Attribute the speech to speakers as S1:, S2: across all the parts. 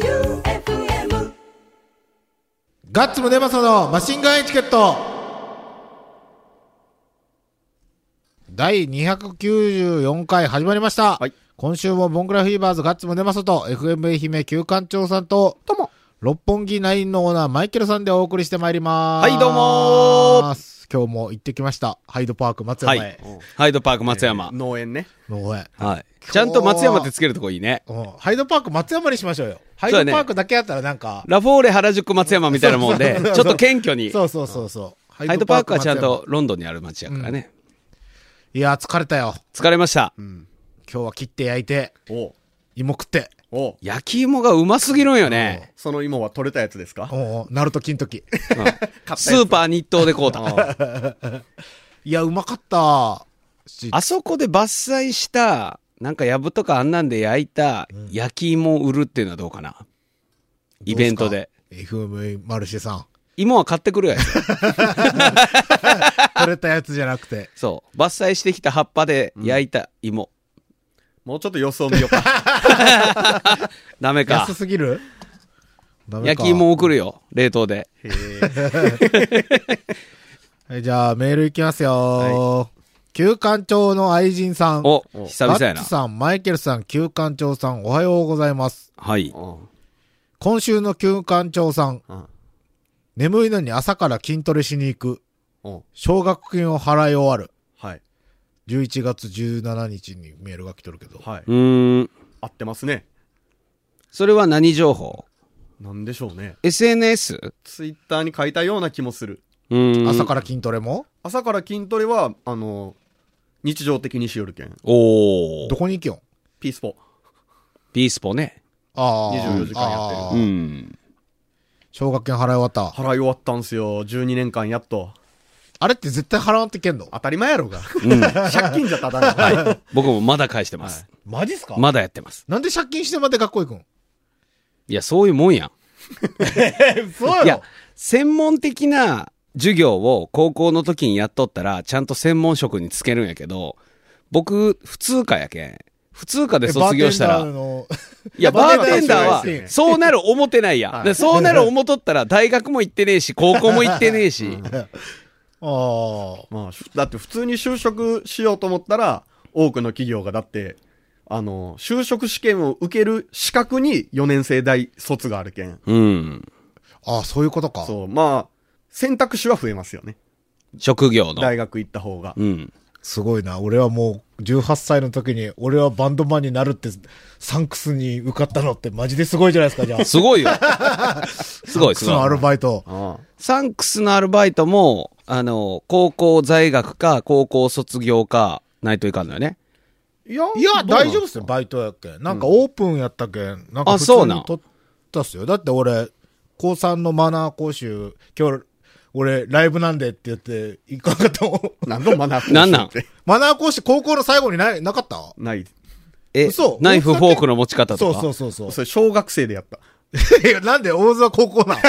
S1: J-O-E-U-F-M
S2: ガッツムネマソのマシンガンエチケット第294回始まりました、
S3: はい
S2: 今週もボンクラフィーバーズガッツムネマソと FM 愛媛旧館長さんと
S3: どうも
S2: 六本木ナインのオーナーマイケルさんでお送りしてまいります
S3: はいどうも
S2: 今日も行ってきましたハイドパーク松
S3: は
S2: 山
S3: い
S2: へ、。
S3: ハイドパーク松山。
S4: 農園ね。
S2: の方へ
S3: はい。ちゃんと松山ってつけるとこいいね。
S2: うんハイドパーク松山にしましょうよハ
S3: う
S2: イ
S3: だ
S2: ド
S3: ね
S2: パークだけあったらなんか
S3: ラフォーレ原宿松山みたいなもんで、 ちょっと謙虚に。
S2: そうそうそうそうハ
S3: ハイドパークは
S2: 松
S3: ちゃ
S2: 山
S3: んとロンドンにある街やからね。
S2: いや疲れたよ
S3: 疲れました。
S2: 今日は切って焼いて
S4: おう
S2: 芋食って
S4: おう
S3: 焼き芋がうますぎるんよね。
S4: その芋は取れたやつですか
S2: おうナルト金 時。
S4: 買った
S3: スーパー日東でこうた。
S2: いや、うまかった。し
S3: あそこで伐採した、なんかやぶとかあんなんで焼いた焼き芋を売るっていうのはどうかな。イベントで。。
S2: どうすか FM マルシェさん。
S3: 芋は買ってくるやつ。
S2: 取れたやつじゃなく て。
S3: そう。伐採してきた葉っぱで焼いた芋。
S4: もうちょっと様子を見よ うか。
S3: ダメか
S2: 安。すぎるダメか
S3: 焼き芋送るよ。冷凍で。
S4: へえ
S2: はいじゃあ、メールいきますよ。旧館長の愛人さん。
S3: お、久々や
S2: ガ
S3: な
S2: ッツ。さん、マイケルさん、旧館長さん、おはようございます。
S3: はい。
S2: 今週の旧館長さん。
S4: うん
S2: 眠いのに朝から筋トレしに行く。
S4: おう
S2: 奨学金を払い終わる。
S4: はい。
S2: 11月17日にメールが来とるけど。
S4: はい。
S3: うーん。
S4: 合ってますね。
S3: それは何情報
S4: なんでしょうね。
S3: ?SNS?
S4: ツイッターに書いたような気もする。
S3: うーん。
S2: 朝から筋トレも
S4: 朝から筋トレは、あの、日常的にしよるけん。
S3: お
S2: ど
S3: ー。
S2: こに行きよん
S4: ピースポ。
S3: ピースポね。
S2: ああ。
S4: 24時間やってる
S2: ああ
S3: うん。
S2: 奨学金払い終わった。
S4: 払い終わったんすよ。12年間やっと。
S2: あれって絶対払わんといけんの
S4: 当たり前やろが。
S3: うん。
S4: 借金じゃただの。はい。
S3: 僕もまだ返してます。
S2: マジっすか
S3: まだやってます。
S2: なんで借金してまで学校行くん
S3: いや、そういうもんやん。
S2: そう
S3: いや、専門的な授業を高校の時にやっとったら、ちゃんと専門職につけるんやけど、僕、普通科やけん。普通科で卒業したら、
S2: の、
S3: いや、バ
S2: バ
S3: ー
S2: ーテ
S3: テ
S2: ン
S3: ン
S2: ダー
S3: ダ
S2: そうです
S3: ー
S2: よね
S3: は、そうなる思ってないやん。でそうなる思っとったら、大学も行ってねえし、高校も行ってね えし。
S2: ああ。
S4: まあ、しだって普通に就職しようと思ったら、多くの企業がだって、あの、就職試験を受ける資格に4年生大卒があるけん。
S3: うん。
S2: ああ、そういうことか。
S4: そう、まあ、選択肢は増えますよね。
S3: 職業の。
S4: 大学行った方が。
S3: うん。
S2: すごいな。俺はもう、18歳の時に、俺はバンドマンになるって、サンクスに受かったのって、マジですごいじゃないですか、じゃあ。
S3: すご いよ。すごい、す
S2: そのア
S3: ご
S2: ル
S3: い。
S2: バイト。
S4: あ
S3: サンクスのアルバイトも、あの、高校在学か、高校卒業か、ないといかんのよね。
S4: あ。いや
S2: いや、大丈夫っ
S4: っ
S2: すよ、バイトやっけ。なんかオープンやったけん。なんか
S3: あ
S2: 普通
S3: そうな
S2: に
S3: ん
S2: 取ったっすよ。だって俺、高3のマナー講習、今日、俺、ライブなんでって言って、行かなかったもん。
S4: 何度もな
S3: なんなん
S2: マナー講師、高校の最後にない、なかった
S4: ない。
S3: え
S2: 嘘、
S3: ナイフ、フォークの持ち方
S2: そ
S3: と
S2: う
S3: か。
S2: そうそうそう。
S4: それ、小学生でやった。
S2: いやなんで大津は高校なの
S3: テ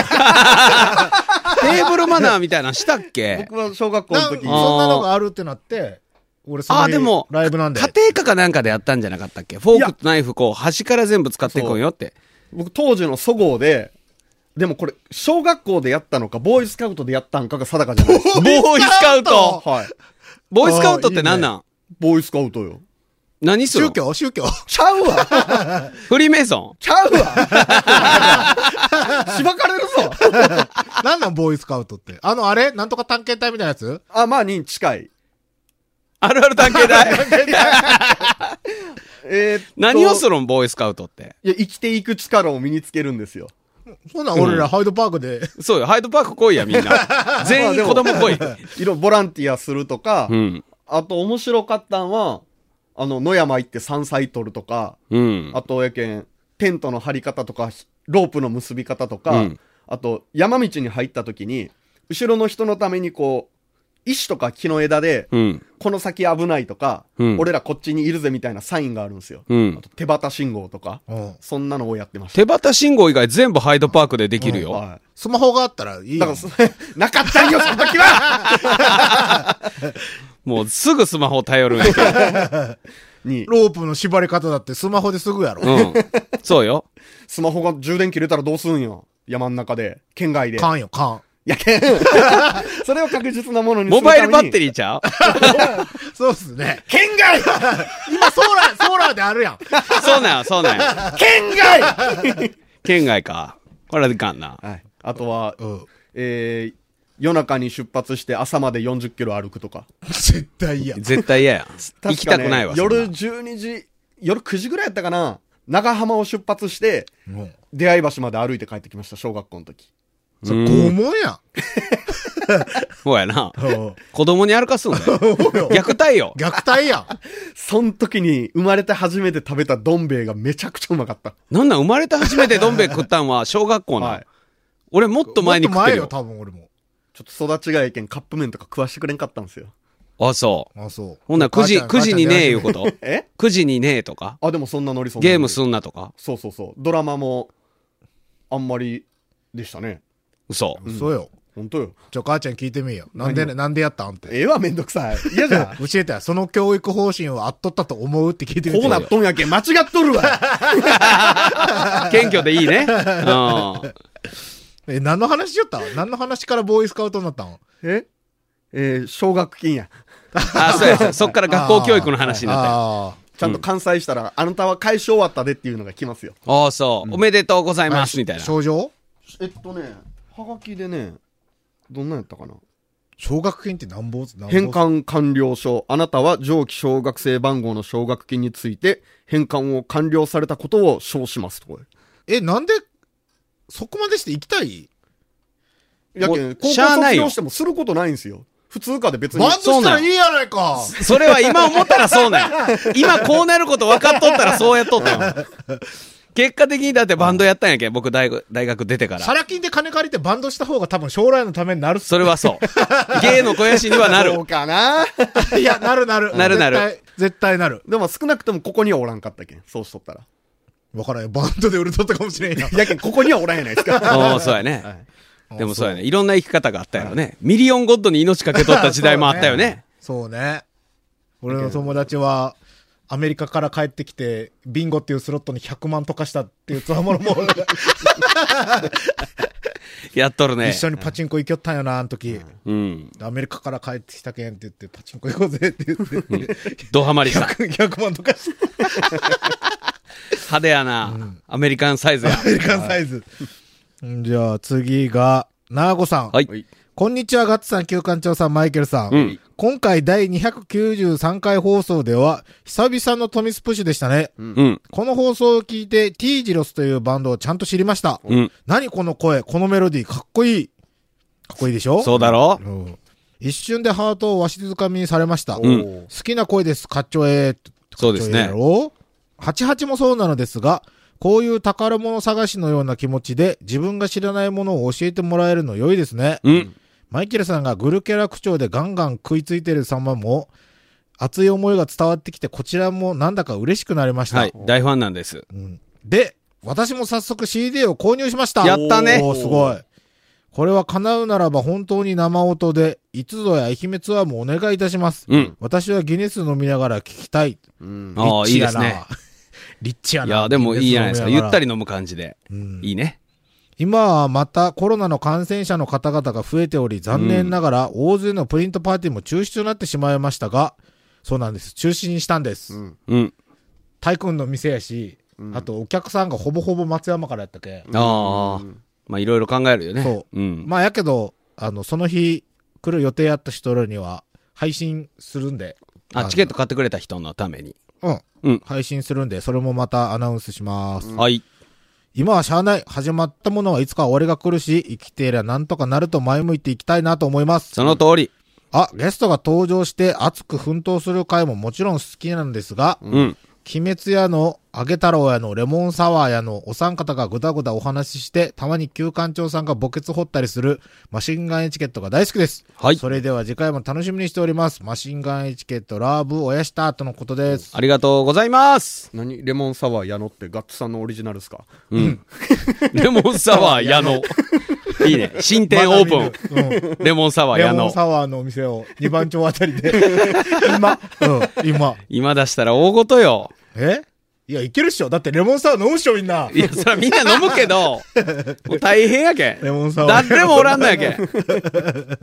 S3: ーブルマナーみたいなのしたっけ
S4: 僕は小学校
S2: な
S4: の
S2: んそ
S4: 時
S2: ん
S4: に、
S2: なのがあるってなって、俺その
S3: ああ、
S2: 日
S3: でも、
S2: ライブなんで
S3: 家。庭科かなんかでやったんじゃなかったっけフォークとナイフ、こう、端から全部使っていこうよって。
S4: 僕当時のそごうで、でもこれ、小学校でやったのか、ボーイスカウトでやったんかが定かじゃないで す。
S3: ボーイスカウト
S4: はい。
S3: ボーイスカウトって何なん
S4: ボーイスカウトよ。
S3: 何する
S2: 宗
S3: の
S2: 教宗教
S4: ちゃうわ
S3: フリーメイソン
S4: ちゃうわ しばかれるぞ
S2: なんなんボーイスカウトって。あの、あれなんとか探検隊みたいなやつ
S4: あ、まあ、に近い。
S3: あるある探検 隊
S4: えーっと
S3: 何をするんボーイスカウトって。
S4: いや、生きていく力を身につけるんですよ。
S2: そんなん俺らハイドパークで、
S3: そうよ、ハイドパーク来いや、みん な。全員子供来い。
S4: いろ、ボランティアするとか、
S3: うん。
S4: あと面白かったんは、あの、野山行って山菜取るとか、
S3: うん。
S4: あとやけん、テントの張り方とか、ひロープの結び方とか、
S3: うん
S4: あと山道に入った時に、後ろの人のためにこう、石とか木の枝で、
S3: うん。
S4: この先危ないとか、
S3: うん
S4: 俺らこっちにいるぜみたいなサインがあるんですよ。
S3: うん
S4: あと手旗信号とか、
S2: うん、
S4: そんなのをやってました。
S3: 手旗信号以外全部ハイドパークでできるよ。
S4: は
S2: スマホがあったらいいよ
S4: い。だからそ、 なかったんよ、その時は
S3: もうすぐスマホ頼るんやけど。
S4: に、
S2: ロープの縛り方だってスマホですぐやろ。
S3: うん。そうよ。
S4: スマホが充電切れたらどうすんよ。山ん中で、県外で。
S2: かんよ、かん。
S4: やけん。 それを確実なものにす
S3: モ
S4: る
S3: バイ
S4: ために。
S3: ルバッテリーちゃう
S2: そうっすね。
S4: 県外
S2: 今、ソーラー、ソーラーであるやん。
S3: そうなんよ、そうなんよ。
S4: 県外
S3: 県外か。これはいかんな。
S4: はい。あとは、
S2: うん。
S4: えー、夜中に出発して朝まで40キロ歩くとか。
S2: 絶対嫌。
S3: 絶対嫌や。行きたくないわ。そんな
S4: 夜12時、夜9時ぐらいやったかな。長浜を出発して、
S2: うん。
S4: 出会い橋まで歩いて帰ってきました、小学校の時。
S2: それ、拷問やん。
S3: そうやな。
S2: うん
S3: 子供に歩かすんだよ。
S2: そうよ
S3: 虐待よ。
S2: 虐待やん。
S4: その時に生まれて初めて食べたどん兵衛がめちゃくちゃうまかった。
S3: なんなん生まれて初めてどん兵衛食ったんは小学校
S4: は。
S3: ない俺もっと前に
S2: もっ
S3: 食ってるよ。
S2: 多分俺も。
S4: ちょっと育ちがいけんカップ麺とか食わしてくれんかったんですよ。
S3: あ、そう。
S2: あ、そう。
S3: ほんなら9時、
S2: 母ちゃん
S3: 9時にねえいうこ。と
S4: え
S3: ?9 時にねえとか
S4: あ、でもそんなノリ そんなノリ
S3: ゲームすんなとか
S4: そうそうそう。ドラマも、あんまりでしたね。
S3: 嘘。
S2: 母ちゃんそうよ。
S4: ほんとよ。
S2: ちょ、母ちゃん聞いてみよ。なんでね、なんでやったんって。
S4: ええわ、めんどくさい。嫌じゃん。
S2: 教えてよその教育方針はあっとったと思うって聞いてみて
S4: こうなっとんやけん、間違っとるわ。
S3: 謙虚でいいね。うん。
S2: え、何の話しよったん何の話からボーイスカウトになったん
S4: ええー奨学金や。
S3: あ、そうやそうや。そっから学校教育の話になったよ。
S2: あ
S4: ちゃんと完済したら、あなたは解消終わったでっていうのが来ますよ。
S3: ああ、そう。おめでとうござい
S2: ー
S3: ます、みたいな。
S2: 症状
S4: えっとね、はがきでね、どんなんやったかな。
S2: 奨学金ってなんぼなんぼ
S4: 返還完了書。あなたは上記小学生番号の奨学金について、返還を完了されたことを称しますと。こ
S2: え、なんで、そこまでして行きたい
S4: れやけ、
S3: もうん
S4: 高校
S3: しゃあな
S4: 卒
S3: いよ
S4: 業してもすることないんですよ。普通科で別に
S2: バン。ドしたらいいやないか
S3: それは今思ったらそうなんや。今こうなること分かっとったらそうやっとったよ。結果的にだってバンドやったんやけん、僕大学大学出てから
S2: サ。ラ金で金借りてバンドした方が多分将来のためになるっす
S3: それはそう。芸の肥やしにはな
S4: そ
S3: る
S4: う。かな。
S2: いや、なるなる。
S3: なるなる
S2: 絶対。絶対なる。
S4: でも少なくともここにはおらんかったけん。そうしとったら。
S2: わからんよ。バンドで売れとったかもしれんや
S4: やけん、ここにはおらんやないです か。
S3: おーそうやね。
S4: はい
S2: ん。
S3: でもそうやね。いろんな生き方があったやろね。ミリオンゴッドに命かけとった時代もあったよね。
S2: そうね。俺の友達は、アメリカから帰ってきて、ビンゴっていうスロットに100万とかしたっていうつわものも、
S3: やっとるね
S2: 一。緒にパチンコ行きよったんよな、あの時。
S3: うん。
S2: アメリカから帰ってきたけんって言って、パチンコ行こうぜって言って、
S3: ドハマ りした。
S2: 100万とかした。
S3: 派手やな。アメリカンサイズや。
S2: アメリカンサイズ。んじゃあ次が、ナーゴさん。
S3: はい。
S4: はい
S2: こんにちは、ガッツさん、旧館長さん、マイケルさん。
S3: うん
S2: 今回第293回放送では、久々のトミスプッシュでしたね。
S3: うん。
S2: この放送を聞いて、ティージロスというバンドをちゃんと知りました。
S3: うん。
S2: 何この声、このメロディー、かっこいい。かっこいいでしょ
S3: そうだろ
S2: うん一瞬でハートをわしづかみにされました。
S4: お
S2: 好
S4: ー
S2: きな声です、かっちょええ。
S3: そうですね
S2: かっちょええやろ88もそうなのですが、こういう宝物探しのような気持ちで自分が知らないものを教えてもらえるの良いですね。
S3: うん。
S2: マイケルさんがグルキャラ口調でガンガン食いついてる様も、熱い思いが伝わってきて、こちらもなんだか嬉しくなりました。
S3: はい。大ファンなんです。
S2: で、私も早速 CD を購入しました。
S3: やったね
S2: おーすごい。これは叶うならば本当に生音で、いつぞや愛媛ツアーもお願いいたします。
S3: うん
S2: 私はギネス飲みながら聞きたい。
S4: うん。
S2: リ
S3: あ
S2: ッ
S3: あ、
S2: チ
S3: いいで
S2: や
S3: す
S2: な。
S3: ね。
S2: リッチや
S3: い
S2: な。
S3: や、でもいいじゃないですか。ゆった
S2: り。
S3: り飲む感じで。
S2: うん
S3: いいね。
S2: 今はまたコロナの感染者の方々が増えており、残念ながら大勢のプリントパーティーも中止となってしまいましたが、そうなんです。中止にしたんです。
S4: うん
S3: うん。
S2: タイ君の店やし、あとお客さんがほぼほぼ松山からやったけ。
S3: ああ。まあ、いろいろ考えるよね。。
S2: そう
S3: ん。
S2: まあやけど、あの、その日来る予定やった人らには配信するんで。
S3: あ、チケット買ってくれた人のために。
S2: うん。
S3: うん。
S2: 配信するんで、それもまたアナウンスします。
S3: はい。
S2: 今はしゃあない。始まったものはいつか終わりが来るし、生きていりゃなんとかなると前向いていきたいなと思います。
S3: その通り。
S2: あ、ゲストが登場して熱く奮闘する回ももちろん好きなんですが、
S3: うん。
S2: 鬼滅やの、揚げ太郎やの、レモンサワーやの、お三方がぐだぐだお話しして、たまに旧館長さんが墓穴掘ったりする、マシンガンエチケットが大好きです。
S3: はい
S2: それでは次回も楽しみにしております。マシンガンエチケット、ラブ、おやした、とのことです。
S3: ありがとうございます。
S4: 何レモンサ ワー矢野ってガッツさんのオリジナルですか
S3: レモンサワー矢野。いいね。新店オープ
S2: プン。うん
S3: ン。レモンサワー
S2: レ
S3: 矢
S2: モン
S3: 野。
S2: サワーのお店を2番町あたりで。 今、うん、今。
S3: 今出したら大ごとよ。
S2: えいや、いけるっしょ。だってレモンサワー飲むっしょ、みんな。
S3: いや、そらみんな飲むけど、もう大変やけ
S2: レ
S3: ん。
S2: モンサワー。
S3: 誰もおらんのやけん。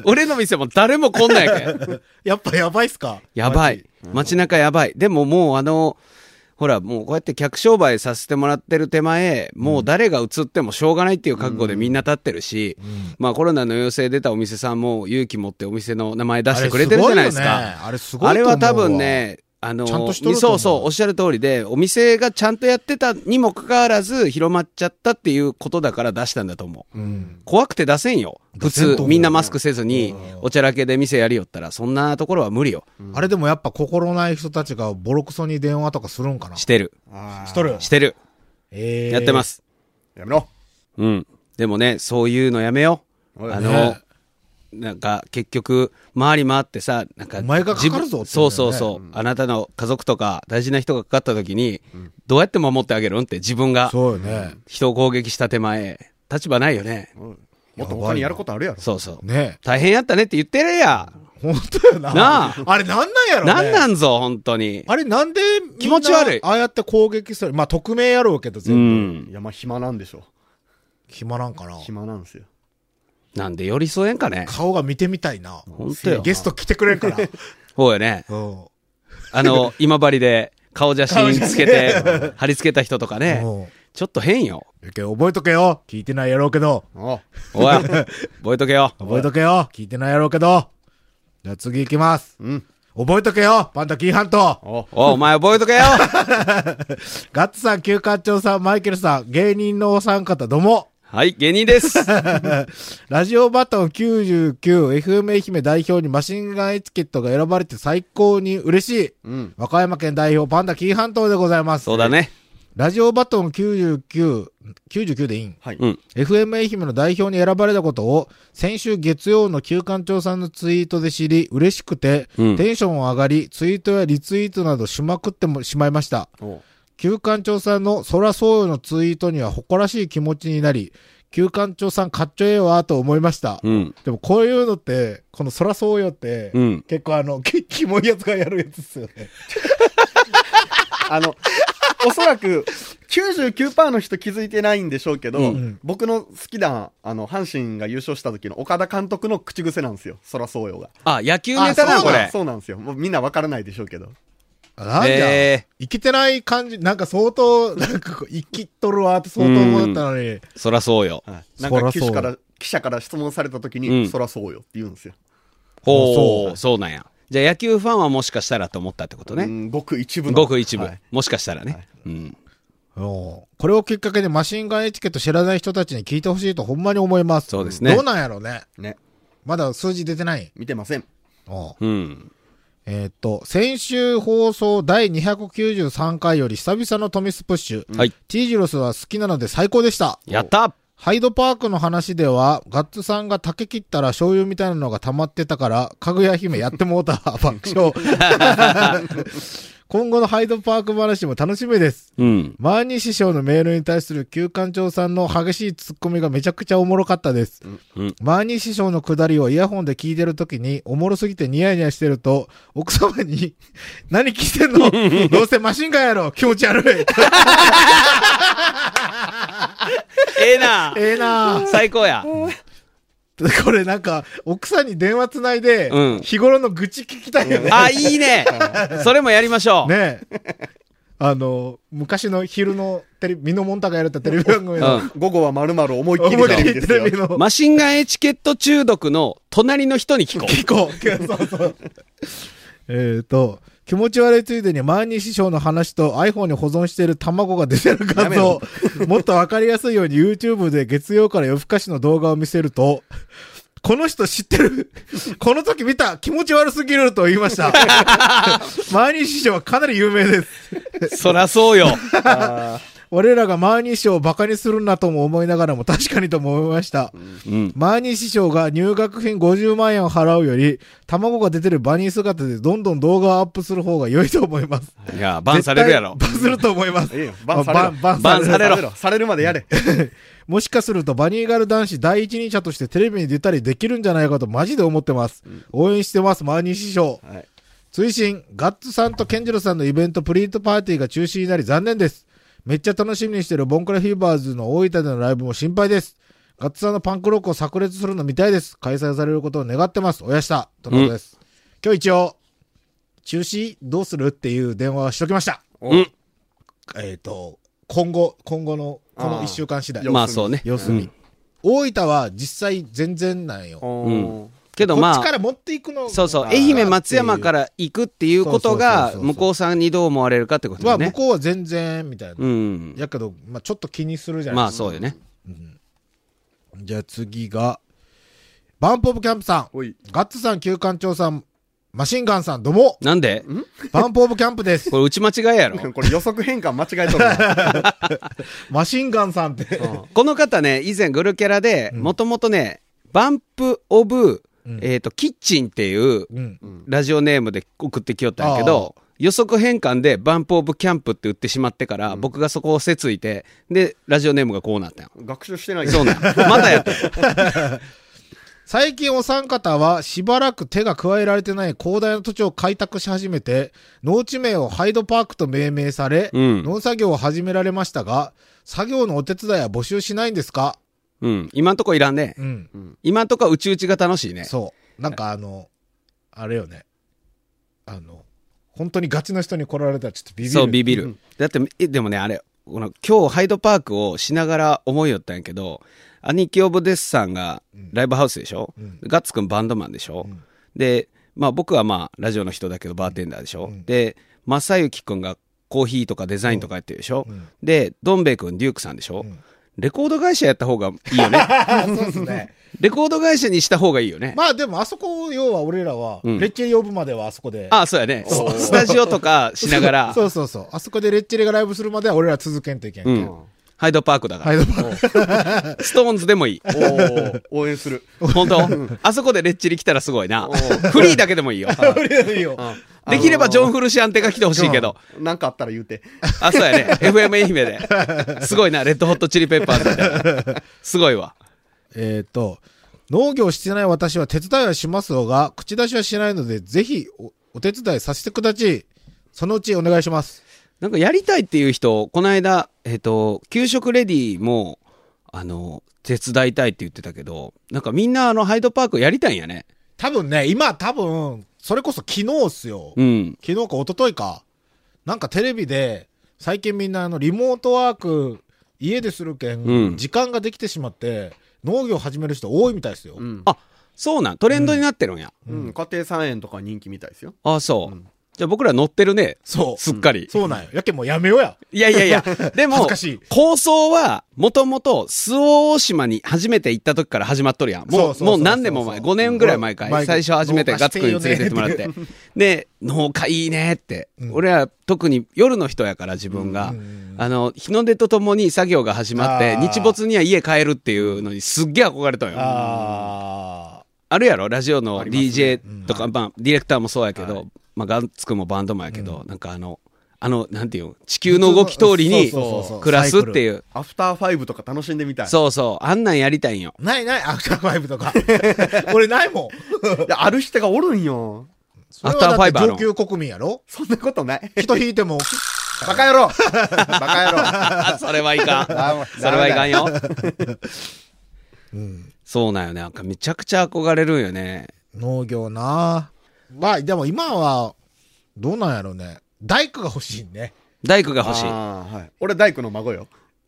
S3: 俺の店も誰もこんなんやけん。
S2: やっぱやばいっすか
S3: やばい。街中やばい。でももうあの、ほら、もうこうやって客商売させてもらってる手前、もう誰が映ってもしょうがないっていう覚悟でみんな立ってるし、まあコロナの要請出たお店さんも勇気持ってお店の名前出してくれてるじゃないですか。
S2: あれすごい
S3: あ
S2: よねあれすごいと思
S3: れ
S2: うわ
S3: は多分。ね、あの、
S2: ちゃんとしとると思う
S3: そうそう、おっしゃる通りで、お店がちゃんとやってたにもかかわらず、広まっちゃったっていうことだから出したんだと思う。
S2: うん。
S3: 怖くて出せんよ。普
S2: 出せんと思
S3: 通
S2: う、よ
S3: みんなマスクせずに、おちゃらけで店やりよったら、そんなところは無理よ。
S2: あれでもやっぱ心ない人たちがボロクソに電話とかするんかな
S3: してる。
S4: し
S2: しとる
S3: してる。
S2: えー
S3: やってま。す。
S4: やめろ。
S3: うん。でもね、そういうのやめよ
S4: お
S3: う。
S4: い
S3: あ
S2: ね
S3: の、なんか、結局、回り回ってさ、なんか、
S2: お前がかかるぞって言うんだよね
S3: 自分そうそうそう、あなたの家族とか、大事な人がかかった時に、どうやって守ってあげるんって、自分が
S2: そうよね。
S3: 人を攻撃した手前、立場ないよね。
S4: もっと他にやることあるやろ。
S3: そうそう。
S2: ね
S3: 大変やったねって言ってるや。
S2: 本当よな。
S3: なあ
S2: あれなんなんやろね。
S3: なんなんぞ、本当に。
S2: あれなんでみんな
S3: 気持ち悪い
S2: ああやって攻撃する。まあ、匿名やろうけど、
S3: う
S2: 全部。
S3: ん。
S4: いや、まあ暇なんでしょ。
S2: 暇なんかな。
S4: 暇なんですよ。
S3: なんで寄り添えんかね。
S2: 顔が見てみたいな。
S3: 本当よ。
S2: ゲスト来てくれるから。
S3: そうよね。
S2: うん。
S3: あの、今治で顔写真つけて、貼り付けた人とかね。
S2: うん
S3: ちょっと変よ。
S2: やけん覚えとけよ。聞いてないやろうけど。
S4: おう
S3: おい、覚えとけよ。
S2: 覚えとけよ。聞いてないやろうけど。じゃあ次行きます。
S4: うん。
S2: 覚えとけよ。パンダキーハント。
S4: おう
S3: おいお前覚えとけよ。
S2: ガッツさん、旧館長さん、マイケルさん、芸人のお三方、どうも。
S3: はい、芸人です。
S2: ラジオバトン 99FM 愛媛代表にマシンガンエチケットが選ばれて最高に嬉しい。
S4: うん。
S2: 和歌山県代表、パンダキーハントでございます。
S3: そうだ。ね。
S2: ラジオバトン99、99でいいん
S4: はい。
S3: うん。
S2: FM 愛媛の代表に選ばれたことを先週月曜の旧館長さんのツイートで知り嬉しくて、
S3: うん
S2: テンション上がりツイートやリツイートなどしまくってもしまいました
S4: おう
S2: 旧館長さんの「そらそうよ」のツイートには誇らしい気持ちになり旧館長さんかっちょええわと思いました、
S3: うん。
S2: でもこういうのってこの「そらそうよ」って、
S3: うん。
S2: 結構あのキキモいやつがやるやつですよね
S4: あの、 おそらく、99%の人気づいてないんでしょうけど、
S2: ん
S4: 僕の好きな、あの、阪神が優勝した時の岡田監督の口癖なんですよ。そらそうよが。
S3: あ、野球ネタ
S2: あ
S3: だ、
S2: そ
S3: こ
S2: う
S4: なん
S3: れ。
S4: そうなんですよ。もうみんなわからないでしょうけど。
S2: なんじゃ、
S3: え
S2: 生きてない感じなんか相当なんかこう生きとるわって相当思ったのに、
S3: ー、そらそうよ。
S4: はい、なん
S2: そ
S4: か
S2: そ
S4: ら
S2: う
S4: 記者から、記者から質問された時に、
S3: うん
S4: そらそうよって言うんですよ。
S3: ほ
S2: そう
S3: う、そうなんや。じゃあ野球ファンはもしかしたらと思ったってこと
S4: う
S3: ね。
S4: んごく一部の。
S3: ごく一部
S4: はい。
S3: もしかしたら
S4: は
S3: ね
S4: い。
S3: うん。
S2: うんこれをきっかけでマシンガンエチケット知らない人たちに聞いてほしいとほんまに思います。
S3: そうですね
S2: どうなんやろうね。
S4: ね。
S2: まだ数字出てない。
S4: 見てません。
S2: うん
S3: うん。
S2: えーっと、先週放送第293回より久々のトミスプッシュ。
S3: はい。
S2: T ジロスは好きなので最高でした。
S3: やった
S2: ハイドパークの話では、ガッツさんが竹切ったら醤油みたいなのが溜まってたから、かぐや姫やってもうた、 爆笑。今後のハイドパーク話も楽しみです。
S3: うん。
S2: マーニー師匠のメールに対する旧館長さんの激しいツッコミがめちゃくちゃおもろかったです。
S3: うん
S2: マーニー師匠のくだりをイヤホンで聞いてるときに、おもろすぎてニヤニヤしてると、奥様に、 何聞いてん のどうせマシンガンやろ気持ち悪い
S3: ええな
S2: ええなぁ。
S3: 最高や。
S2: これなんか、奥さんに電話つないで、
S3: うん
S2: 日頃の愚痴聞きたいよね。
S3: あ、いいね。それもやりましょう。
S2: ねえ。あの、昔の昼のテレビ、ミノモンタがやれたテレビ番組の、
S4: 午後はまるまる思いっき
S2: 思
S4: り
S2: いっき
S4: テレ
S2: り
S4: ビで
S2: テ
S4: すよ
S2: レビ。の、
S3: マシンガンエチケット中毒の隣の人に聞こう。
S2: 聞こう。そうそう。えっと、気持ち悪いついでに、マーニー師匠の話と iPhone に保存している卵が出てる画
S4: やめ
S2: 像
S4: ろ、
S2: もっとわかりやすいように YouTube で月曜から夜更かしの動画を見せると、この人知ってる この時見た気持ち悪すぎると言いました。マーニー師匠はかなり有名です。
S3: そらそうよ。
S4: あー
S2: 俺らがマーニー師匠をバカにするなとも思いながらも確かにとも思いました。
S3: うん。
S2: マーニー師匠が入学費50万円を払うより、卵が出てるバニー姿でどんどん動画をアップする方が良いと思います。
S3: いや、バンされるやろ
S2: 絶。対バズると思います。
S4: ええよバンされろ
S2: あバンバンさ
S3: バンさ
S2: れ
S3: れ
S2: る
S3: ろ。
S4: されるまでやれ。
S2: もしかするとバニーガール男子第一人者としてテレビに出たりできるんじゃないかとマジで思ってます。応援してます、マーニー師匠。
S4: はい
S2: 追伸ガッツさんとケンジロさんのイベントプリントパーティーが中止になり残念です。めっちゃ楽しみにしてるボンクラフィーバーズの大分でのライブも心配です。ガッツさんのパンクロックを炸裂するの見たいです。開催されることを願ってます。おやした。とのことです。今日一応、中止どうするっていう電話はしときました。
S3: うん。
S2: えっ、と、今後、今後のこの一週間次第。
S3: まあそうね。
S2: 様子見
S3: うん
S2: 大分は実際全然なんよ。こ
S3: んけど
S2: っ
S3: まあ
S2: ちか、ら持っていくの
S3: そうそう、
S2: が
S3: 愛媛、松山から行くっていうこと
S2: そう
S3: が、
S2: そうそうそう
S3: 向こうさんにどう思われるかってことだ
S2: は
S3: よ
S2: 向
S3: ね。
S2: こうは全然みたいな。
S3: うん。
S2: やけど、まあ、ちょっと気にするじゃない
S3: ま
S2: で
S3: あ
S2: す
S3: そうよね。
S2: か。じゃあ次が、バンプオブキャンプさん、
S4: おい。
S2: ガッツさん、旧館長さん、マシンガンさん、どうも、
S3: なんで
S2: バンプオブキャンプで す。
S3: これ打ち間違いやろ。
S4: これ予測変換間違えとる な。
S2: マシンガンさんって。
S3: この方ね、以前グルキャラで、もともとね、バンプ・オブ、
S2: うん
S3: えっ、と、キッチンっていう
S2: うん。
S3: ラジオネームで送ってきよったんやけど、予測変換でバンプ・オブ・キャンプって打ってしまってから、僕がそこをせついて、で、ラジオネームがこうなったよ。
S4: 学習してない
S3: そうなんや。まだや ったよ。
S2: 最近お三方はしばらく手が加えられてない広大な土地を開拓し始めて、農地名をハイドパークと命名され、
S3: うん
S2: 農作業を始められましたが、作業のお手伝いは募集しないんですか
S3: うん。今んとこいらんね。
S2: うん。
S3: 今んとこはうちうちが楽しいね。
S2: そう。なんかあの、あれよね。あの、本当にガチの人に来られたらちょっとビビる。
S3: そう、ビビる。だって、えでもね、あれ、この、今日ハイドパークをしながら思いよったんやけど、兄貴オブデスさんがライブハウスでしょ、ガッツくんバンドマンでしょ、で、まあ僕はまあ、ラジオの人だけどバーテンダーでしょ、で、正幸くんがコーヒーとかデザインとかやってるでしょ、で、どん兵衛くん、デュークさんでしょ、レコード会社やった方がいいよ ね。
S2: あそうです ね。
S3: レコード会社にした方がいいよね。
S2: まあでもあそこ、要は俺らは、
S3: うん
S2: レッチリ呼ぶまではあそこで。
S3: ああ、そうやね。スタジオとかしなが ら、
S2: そうそうそう。あそこでレッチリがライブするまでは俺ら続けんといけんけ。
S3: うんん。ハイドパークだか
S2: ハ
S3: ら。
S2: イドパーク。
S3: ストーンズでもいい。
S4: おお応援する。
S3: 本当あそこでレッチリ来たらすごいな。フリーだけでもいい よ。
S2: いいよ。
S3: できればジョン・フルシアンテが来てほしいけど。
S4: なんかあったら言うて。
S3: あ、そうやね。FM 愛媛で。すごいな、レッドホットチリペッパーズみたいな。すごいわ。
S2: えっ、と、農業してない私は手伝いはしますが、口出しはしないので、ぜひおお手伝いさせてくだち。そのうちお願いします。
S3: なんかやりたいっていう人、この間、えっ、と、給食レディも、あの、手伝いたいって言ってたけど、なんかみんなあの、ハイドパークやりたいんやね。
S2: 多分ね、今多分、それこそ昨日っすよ。
S3: うん。
S2: 昨日か一昨日か。なんかテレビで、最近みんなあの、リモートワーク、家でするけん、
S3: うん
S2: 時間ができてしまって、農業始める人多いみたいですよ。
S4: うん。
S3: あ、そうなん。トレンドになってるんや。
S4: うん家庭菜園とか人気みたいですよ。
S3: あ、そう。じゃあ僕ら乗ってるね。
S2: そう。
S3: すっかり。
S2: そうなんよ。やけんもうやめようや。
S3: いやいやいや、でも
S2: 恥ずかしい、
S3: 構想は、もともと、周防大島に初めて行った時から始まっとるや
S2: そう
S3: ん。
S2: そ
S3: も
S2: うそ
S3: う、
S2: うそ
S3: も
S2: う
S3: う何年も前、5年ぐらい前
S2: うん前
S3: か、最初初めてガッツくんに連れてってもらって。 で、農家いいねって。俺は特に夜の人やから、自分が。あの、日の出とともに作業が始まって、
S2: あー
S3: 日没には家帰るっていうのにすっげえ憧れたんよ。
S2: あ
S3: あるやろラジオの DJ とか、まあ、ディレクターもそうやけど、まあ、ガンツくんもバンドマンやけど、なんかあの、あの、なんていうの地球の動き通りに
S2: そうそうそうそう
S3: 暮らすっていう。
S4: アフターファイブとか楽しんでみたい。
S3: そうそう、あんなんやりたいんよ。
S2: ー。ないない、アフターファイブとか。 俺ないもん。
S4: いやある人がおるんよ。
S2: それは
S3: アフターファイブ
S2: だ
S3: あ
S2: っ
S3: る
S2: て上級国民やろ
S4: そんなことない。
S2: 人引いて も、
S4: バカ野郎 バカ
S3: あ、それはいかん。 それはいかんよ。そうなんよね。なんかめちゃくちゃ憧れるんよね。
S2: 農業なまあ、でも今は、どうなんやろうね。大工が欲しいね。
S3: 大工が
S4: 野郎
S3: 欲しい。
S4: あーはい俺大工の孫よ。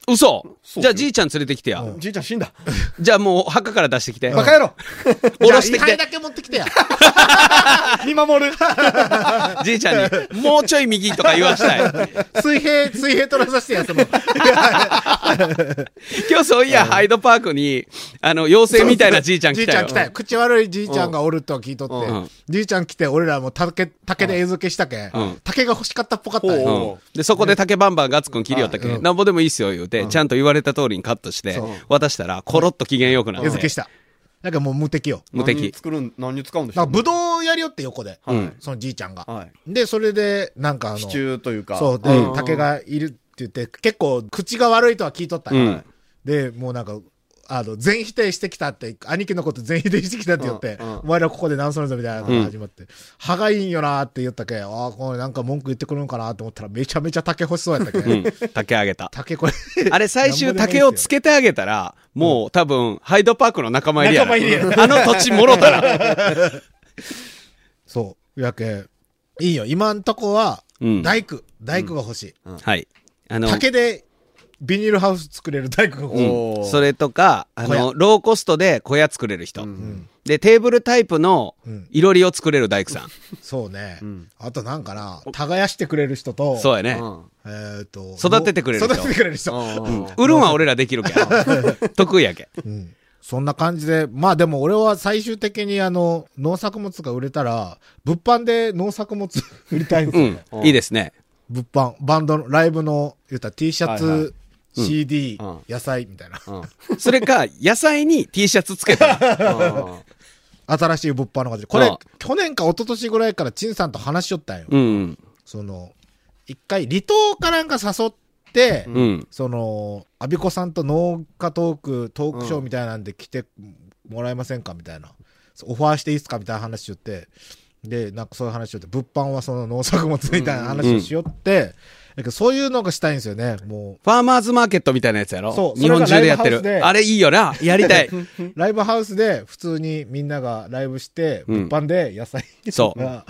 S3: 嘘
S4: そう
S3: じゃあじいちゃん連れてきてや。
S4: じいちゃん死んだ。
S3: じゃあもう墓から出してきて。
S4: バカ野郎
S3: 下ろして
S2: じ
S3: き
S2: ゃあ位牌
S3: て。
S2: だけ持ってきてや。
S4: 見守る
S3: じいちゃんに、もうちょい右とか言わしたい。
S2: 水平、水平取らさせて や、その。
S3: 今日そういや、ハイドパークに、あの、妖精みたいなじいちゃん
S2: じ
S3: 来
S2: い
S3: た
S2: ちゃ
S3: よ
S2: ん来。たよ。口悪いじいちゃんがおるとは聞いとって。
S4: うん
S3: うん
S2: じいちゃん来て、俺らも竹、竹で絵付けしたけ、
S3: うん
S2: 竹が欲しかったっぽかったよ。
S4: ほ
S3: うんで、そこで竹バンバンガッツくん切りよった
S2: は
S3: け、
S2: い
S3: なんぼでもいいっすよ言うて、ちゃんと言われた通りにカットして
S2: そう、
S3: 渡したら、コロッと機嫌良くなっ、
S2: 絵付けしてた。なんかもう無敵よ。
S3: 無
S4: 何
S3: 敵。
S4: 作るん、何に使うんでしょ
S2: なん
S4: う
S2: かぶどうやりよって横で、
S4: はい
S3: うん
S2: そのじいちゃんが。
S4: はい。
S2: で、それで、なんかあの、
S4: 支柱というか。
S2: そう、で、
S3: うん
S2: 竹がいるって言って、結構口が悪いとは聞いとったよ、
S3: うん
S2: で、もうなんか、あの、全否定してきたって、兄貴のこと全否定してきたって言って、
S4: うんうん
S2: お前らここで直すのぞみたいなのが始まって、歯がいいんよなーって言ったけ、ああ、これなんか文句言ってくるのかなと思ったら、めちゃめちゃ竹欲しそうやったけ、
S3: うん、竹あ げた。
S2: 竹これ、
S3: あれ最終竹をつけてあげたら、もう多分、ハイドパークの仲間入りやな。
S2: 仲間入り
S3: あの土地もろた ら。
S2: そう、やけ、いいよ、今んとこは、
S3: うん。
S2: 大工、大工が欲しい。
S3: はい。あの、
S2: 竹で、ビニールハウス作れる大工が欲しい。
S3: う
S4: お
S3: ん、
S4: ー
S3: それとか、あ
S2: 小屋
S3: の、ローコストで小屋作れる人。
S4: ん
S3: で、テーブルタイプの
S2: うん、
S3: いろりを作れる大工さん。
S2: そうね、
S4: ん
S2: あとなんかな、耕してくれる人と、
S3: そうやね。
S4: うん
S2: えー、と
S3: 育ててくれる人
S2: 育ててくれる人、
S4: うん
S3: 売るんは俺らでき るけど。得意やけ。
S2: うん、そんな感じでまあでも俺は最終的にあの農作物が売れたら物販で農作物 売りたいんです
S3: う
S2: よ、
S3: ん。いいですね。
S2: 物販バンドのライブの言ったら T シャツ、
S4: はいは
S2: CD、
S4: うん
S2: 野菜みたいな、
S4: うん
S3: それか、野菜に T シャツつけたら。
S4: うん
S2: 新しい物販の形これ、
S3: うん
S2: 去年か一昨年ぐらいから陳さんと話しよったんよ、
S3: うん。
S2: その一回離島かなんか誘って、
S3: うん。
S2: その、アビコさんと農家トーク、トークショーみたいなんで来てもらえませんかみたいな。オファーしていいっすかみたいな話しよって。で、なんかそういう話しよって、物販はその農作物みたいな話をしよって、だけどそういうのがしたいんですよね。も
S3: ファーマーズマーケットみたいなやつやろ
S2: そう
S3: 日本中でやって
S2: それがライブハウスで
S3: る。あれいいよな。や りたい。
S2: う、ライブハウスで普通にみんながライブして、
S3: うん
S2: 物販で野菜
S3: そう
S2: が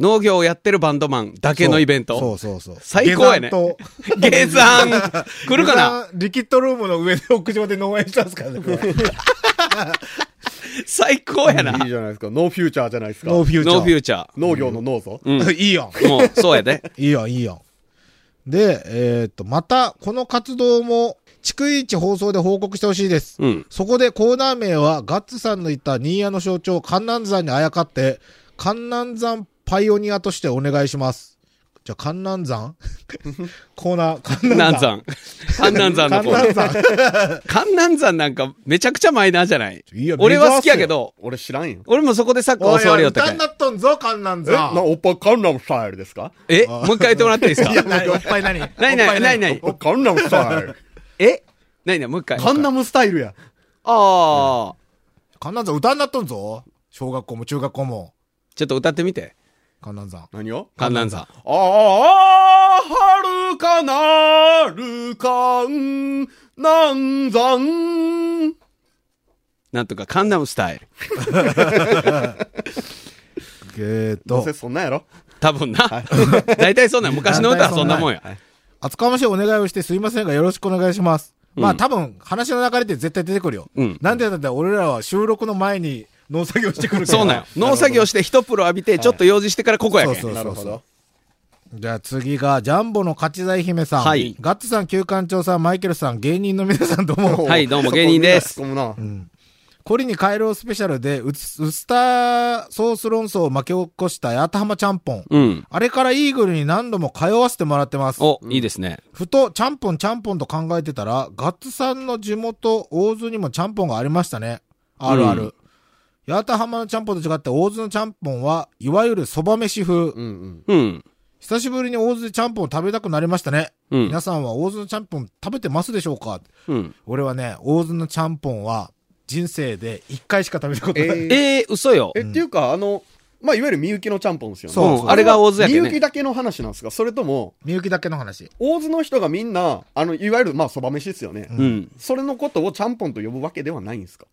S3: 農業をやってるバンドマンだけのイベン
S2: そ
S3: ト。
S2: うそうそう。
S3: 最高やね
S2: 下山と
S3: 下山来るかな
S2: 下山リキッドルームの上で屋上で農園したんですからね。これ
S3: 最高やな。
S4: いいじゃないですか。ノーフューチャーじゃないですか。
S2: ノーフューチャー。
S3: ノーフューチャー。
S4: 農業の農ぞ。
S3: うん。
S2: いいやん。
S3: もう、そうやで。
S2: いいやん、いいやん。で、えーっと、また、この活動も、逐一放送で報告してほしいです。
S3: うん。
S2: そこでコーナー名は、ガッツさんの言った新谷の象徴、観南山にあやかって、観南山パイオニアとしてお願いします。じゃあ、観南山 コーナー、観
S3: 南
S2: 南山。
S3: 山。観南山の
S2: 観
S3: コー
S2: 南
S3: ナー。
S2: 山。
S3: 観南山なんかめちゃくちゃマイナーじゃない
S2: いや
S3: 俺は好きやけど、
S4: 俺知らんよ。
S3: 俺もそこでサッカ
S2: お
S3: ー
S2: い
S3: 教わ
S2: お
S3: り
S2: い、
S3: よった
S2: 歌
S3: け
S2: に
S3: ん
S2: なっとんぞ、観南
S4: えな、
S2: 山。
S4: おっぱカンナムスタイルですか
S3: えもう一回言ってもらっていいです
S2: い
S3: か
S2: や、なにおっぱい何
S3: ないないないない
S4: おっぱカンナムスタイル。
S3: えないない、もう一回。
S4: カンナムスタイルや。
S3: ああ。
S2: 観南山歌になっとんぞ。小学校も中学校も、
S3: ちょっと歌ってみて。
S2: 観南山。
S4: 何を
S3: 観南山。
S4: ああ、はるかなるかん、なんざん。
S3: なんとか、カンナムスタイル。
S2: えーっ
S4: ど
S2: と
S4: うせ。そんなんやろ
S3: 多分な。 大体そんなん、昔の歌はそんなもんや。
S2: 厚かましいお願いをしてすいませんがよろしくお願いします。まあ多分話の流れで絶対出てくるよ。
S3: うん
S2: なんでだって俺らは収録の前に農作業してくるから。
S3: そうなんよ。農作業して一プロ浴びて、ちょっと用事してからここやけん。
S2: そうそう
S4: なるほど。
S2: じゃあ次がジャンボの勝ち財姫さん。
S3: はい
S2: ガッツさん、旧館長さん、マイケルさん、芸人の皆さんどうも。
S3: はい、どうも芸人で
S4: そ
S3: す。
S4: こみんな突っ込む
S2: コリに帰ろうスペシャルでウス、ウスターソース論争を巻き起こした八幡浜ちゃんぽん。
S3: うん。
S2: あれからイーグルに何度も通わせてもらってます。
S3: お、いいですね。
S2: ふと、ちゃんぽんちゃんぽんと考えてたら、ガッツさんの地元、大津にもちゃんぽんがありましたね。あるあ
S3: う
S2: る。八幡浜のちゃんぽんと違って、大津のちゃんぽんは、いわゆるそば飯風。
S4: な。うんうん。
S3: うん。
S2: 久しぶりに大津でちゃんぽんを食べたくなりましたね。
S3: うん
S2: 皆さんは大津のちゃんぽん食べてますでしょうか
S3: うん。
S2: 俺はね、大津のちゃんぽんは、人生で一回しか食べたこと
S4: え
S2: ない。
S4: ー、
S3: えー、嘘よ
S4: え、。っていうか、あの、まあ、いわゆるみゆきのちゃんぽんですよね。
S2: そう
S3: うんあれが大津やけん
S4: みゆき
S3: ね。
S4: だけの話なんですかそれとも、
S2: みゆきだけの話。
S4: 大津の人がみんな、あの、いわゆる、まあ、そば飯ですよね。
S3: うん。
S4: それのことをちゃんぽんと呼ぶわけではないんですか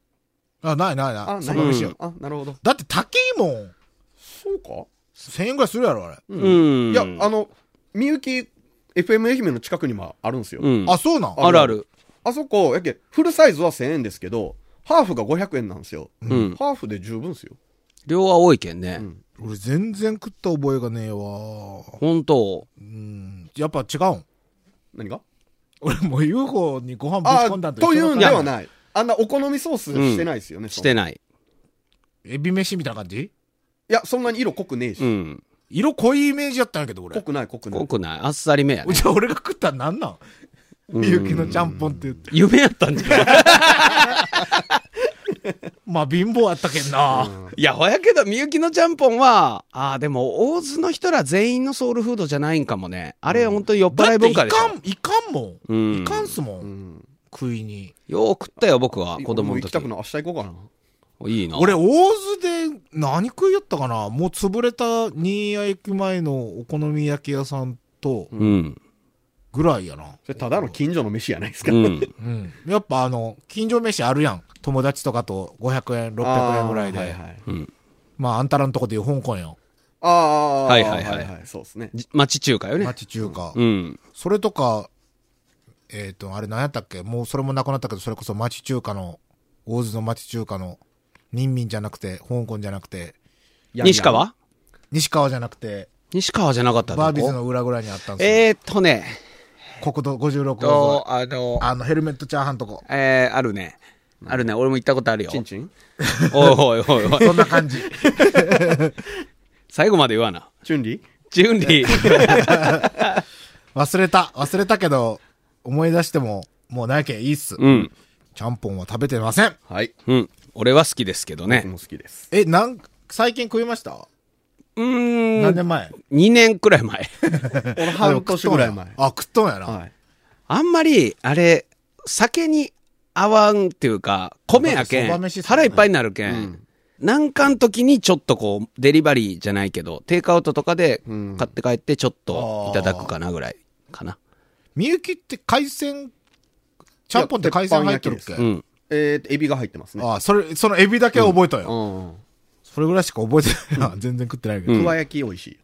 S2: あ、ないない
S4: あ、な
S2: ない。
S4: い
S2: そば飯
S3: う
S2: よ
S3: ん。
S4: あ、なるほど。
S2: だって高いもん。
S4: そうか
S2: 1000円ぐらいするやろ、あれ。
S4: う
S3: うん。
S4: いや、あの、みゆき FM 愛媛の近くにもあるんですよ。
S3: うん。
S2: あ、そうなん
S3: あるある。
S4: あそこ、やけ、フルサイズは1000円ですけど、ハーフが500円なんですよ。
S3: ん
S4: ハーフで十分ですよ。
S3: 量は多いけんね。
S4: ん
S2: 俺全然食った覚えがねえわ。
S3: 本当
S2: うん。やっぱ違うん。
S4: 何が
S2: 俺もう UFO にご飯ぶ
S4: あ
S2: ち込んだ
S4: あ、
S2: んと
S4: と
S2: 一
S4: い
S2: 緒
S4: うん
S2: だ
S4: で
S2: から
S4: はない。あんなお好みソースしてないですよね。
S3: して
S4: い。
S3: ない。
S2: エビ飯みたいな感じ
S4: いや、そんなに色濃くねえし。
S3: うん。
S2: 色濃いイメージやったんやけど、俺。
S4: 濃くない、濃くない
S3: 多。くない。あっさりめやね。
S2: じゃあ俺が食ったらなんなん
S3: ん
S2: ゆうきのちゃんぽんって言って。
S3: 夢やったんじゃない
S2: まあ貧乏やったけんな。
S3: いや、ほやけど、みゆきのちゃんぽんは、ああ、でも、大津の人ら全員のソウルフードじゃないんかもね。あれ、本当に酔っ
S2: だ
S3: 払い
S2: って
S3: 文
S2: い
S3: 化でしょ。
S2: かん、いかんも
S3: うん
S2: ん。いかんすも。
S4: うんん。
S2: 食いに。
S3: よう食ったよ、僕は、子供
S4: もう
S3: の
S4: 行きたく
S3: 時。
S4: ない。明日行こうかな。
S3: いいな。
S2: 俺、大津で何食いよったかなもう潰れた新谷駅前のお好み焼き屋さんと
S3: うん。
S2: ぐらいやな。
S4: それただの近所の飯やないですか。
S3: うん。
S2: うん。やっぱあの、近所飯あるやん。友達とかと500円、600円ぐらいで。
S4: あーはいはい。
S2: まあ、あんたらのとこでいう香港やん。
S4: ああ、
S3: はいはいはい
S4: そうですね。
S3: じ町中華よね。
S2: 町中華。
S3: うん。
S2: それとか、えっ、と、あれ何やったっけもうそれもなくなったけど、それこそ町中華の、大津の町中華の、ミンミンじゃなくて、香港じゃなくて、
S4: ヤンヤン
S3: 西川
S2: 西川じゃなくて、
S3: 西川じゃなかった
S2: バービー
S3: どこ
S2: ズの裏ぐらいにあったんですよ。
S3: えーっとね、
S2: 国道56
S3: と
S2: 号、
S3: あの
S2: 沿い。、あの、ヘルメットチャーハンとこ。
S3: えー、あるね。あるね。俺も行ったことあるよ。
S4: チンチン
S3: おいおいおいお い。
S2: そんな 感じ。
S3: 最後まで言わな。
S4: チュンリー
S3: チュンリー。
S2: 忘れた。忘れたけど、思い出しても、もうないけんいいっす。
S3: うん。
S2: ちゃんぽんは食べてません。
S4: はい。
S3: うん。俺は好きですけど
S4: 僕
S3: ね。
S4: も好きです。
S2: え、なん、最近食いました、
S3: うー
S2: 何
S3: ん。
S2: 年前
S3: 2年くらい前。
S4: 俺半年ぐらい前。
S2: あ、食っとんやな。
S4: はい。
S3: あんまり、あれ、酒に合わんっていうか、米やけ
S2: そば
S3: ん、
S2: 飯っすね
S3: 腹いっぱいになるけん、なんかん時にちょっとこう、デリバリーじゃないけど、テイクアウトとかで
S4: うん
S3: 買って帰ってちょっといただくかなぐらいかな。
S2: みゆきって海鮮、ちゃんぽんって海鮮入ってるっけ
S4: いや鉄板焼きです
S3: うん。
S4: えーと、エビが入ってますね。
S2: ああ、それ、そのエビだけは覚えたよ。
S4: うん。
S2: それぐらいしか覚えてないな。全然食ってないけど。
S4: くわ焼き美味しい。